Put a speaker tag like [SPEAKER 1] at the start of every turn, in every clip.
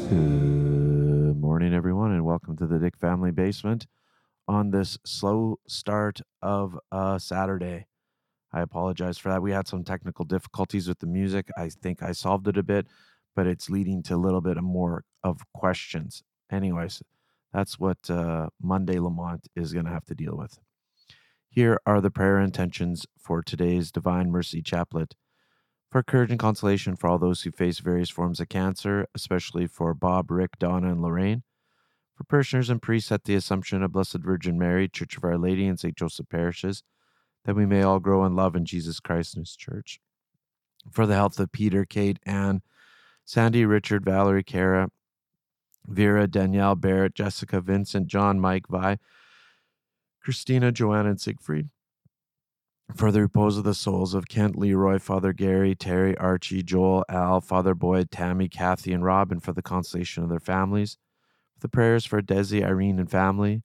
[SPEAKER 1] Good morning, everyone, and welcome to the Dick Family Basement on this slow start of uh, Saturday. I apologize for that. We had some technical difficulties with the music. I think I solved it a bit, but it's leading to a little bit more of questions. Anyways, that's what uh, Monday Lamont is going to have to deal with. Here are the prayer intentions for today's Divine Mercy Chaplet. For courage and consolation for all those who face various forms of cancer, especially for Bob, Rick, Donna, and Lorraine. For parishioners and priests at the Assumption of Blessed Virgin Mary, Church of Our Lady, and St. Joseph parishes, that we may all grow in love in Jesus Christ and His Church. For the health of Peter, Kate, Anne, Sandy, Richard, Valerie, Cara, Vera, Danielle, Barrett, Jessica, Vincent, John, Mike, Vi, Christina, Joanna, and Siegfried. For the repose of the souls of Kent, Leroy, Father Gary, Terry, Archie, Joel, Al, Father Boyd, Tammy, Kathy, and Rob, and for the consolation of their families. For the prayers for Desi, Irene, and family.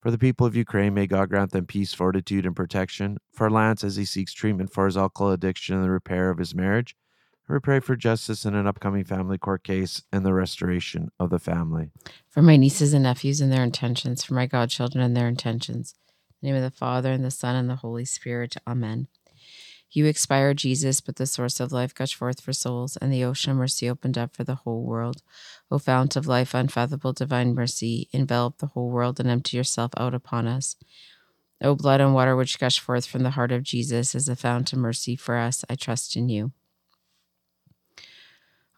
[SPEAKER 1] For the people of Ukraine, may God grant them peace, fortitude, and protection. For Lance, as he seeks treatment for his alcohol addiction and the repair of his marriage. And we pray for justice in an upcoming family court case and the restoration of the family.
[SPEAKER 2] for my nieces and nephews and their intentions, for my godchildren and their intentions. In the name of the Father and the Son and the Holy Spirit. Amen. You expire, Jesus, but the source of life gushed forth for souls, and the ocean of mercy opened up for the whole world. O fount of life, unfathomable divine mercy, envelop the whole world and empty yourself out upon us. O blood and water which gush forth from the heart of Jesus as a fount of mercy for us, I trust in you.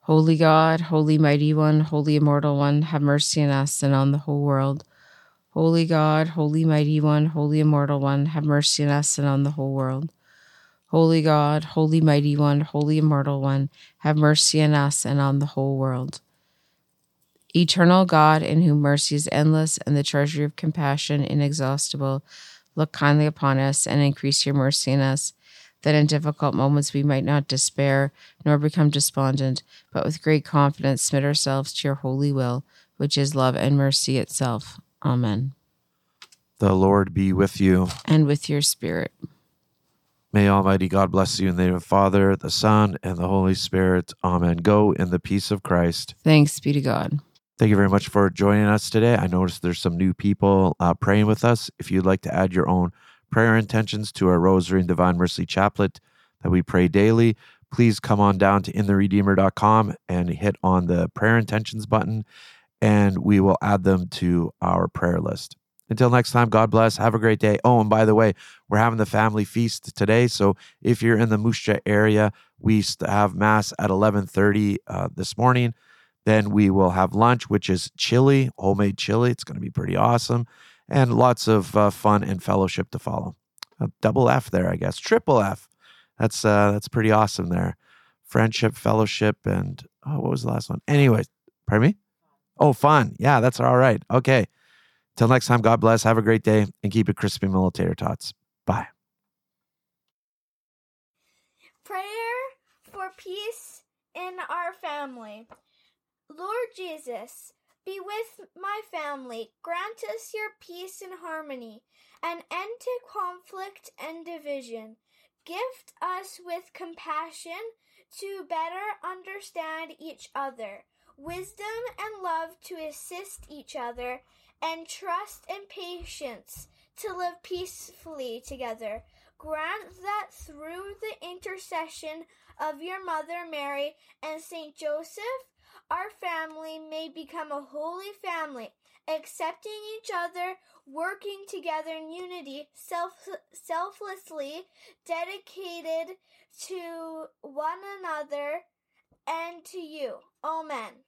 [SPEAKER 2] Holy God, holy mighty one, holy immortal one, have mercy on us and on the whole world. Holy God, holy mighty one, holy immortal one, have mercy on us and on the whole world. Holy God, holy mighty one, holy immortal one, have mercy on us and on the whole world. Eternal God, in whom mercy is endless and the treasury of compassion inexhaustible, look kindly upon us and increase your mercy in us, that in difficult moments we might not despair nor become despondent, but with great confidence submit ourselves to your holy will, which is love and mercy itself. Amen.
[SPEAKER 1] The Lord be with you.
[SPEAKER 2] And with your spirit.
[SPEAKER 1] May Almighty God bless you in the name of the Father, the Son, and the Holy Spirit. Amen. Go in the peace of Christ.
[SPEAKER 2] Thanks be to God.
[SPEAKER 1] Thank you very much for joining us today. I noticed there's some new people uh, praying with us. If you'd like to add your own prayer intentions to our Rosary and Divine Mercy Chaplet that we pray daily, please come on down to intheredeemer.com and hit on the prayer intentions button, and we will add them to our prayer list. Until next time, God bless. Have a great day. Oh, and by the way, we're having the family feast today. So if you're in the Musha area, we st- have mass at 11:30 uh, this morning. Then we will have lunch, which is chili, homemade chili. It's going to be pretty awesome, and lots of uh, fun and fellowship to follow. A double F there, I guess. Triple F. That's uh, that's pretty awesome there. Friendship, fellowship, and oh, what was the last one? Anyway, pardon me. Oh, fun. Yeah, that's all right. Okay. Till next time, God bless. Have a great day and keep it crispy, militator tots. Bye.
[SPEAKER 3] Prayer for peace in our family. Lord Jesus, be with my family. Grant us your peace and harmony, an end to conflict and division. Gift us with compassion to better understand each other, wisdom and love to assist each other, and trust and patience to live peacefully together. Grant that through the intercession of your Mother Mary and Saint Joseph, our family may become a holy family, accepting each other, working together in unity, self- selflessly dedicated to one another and to you. Amen.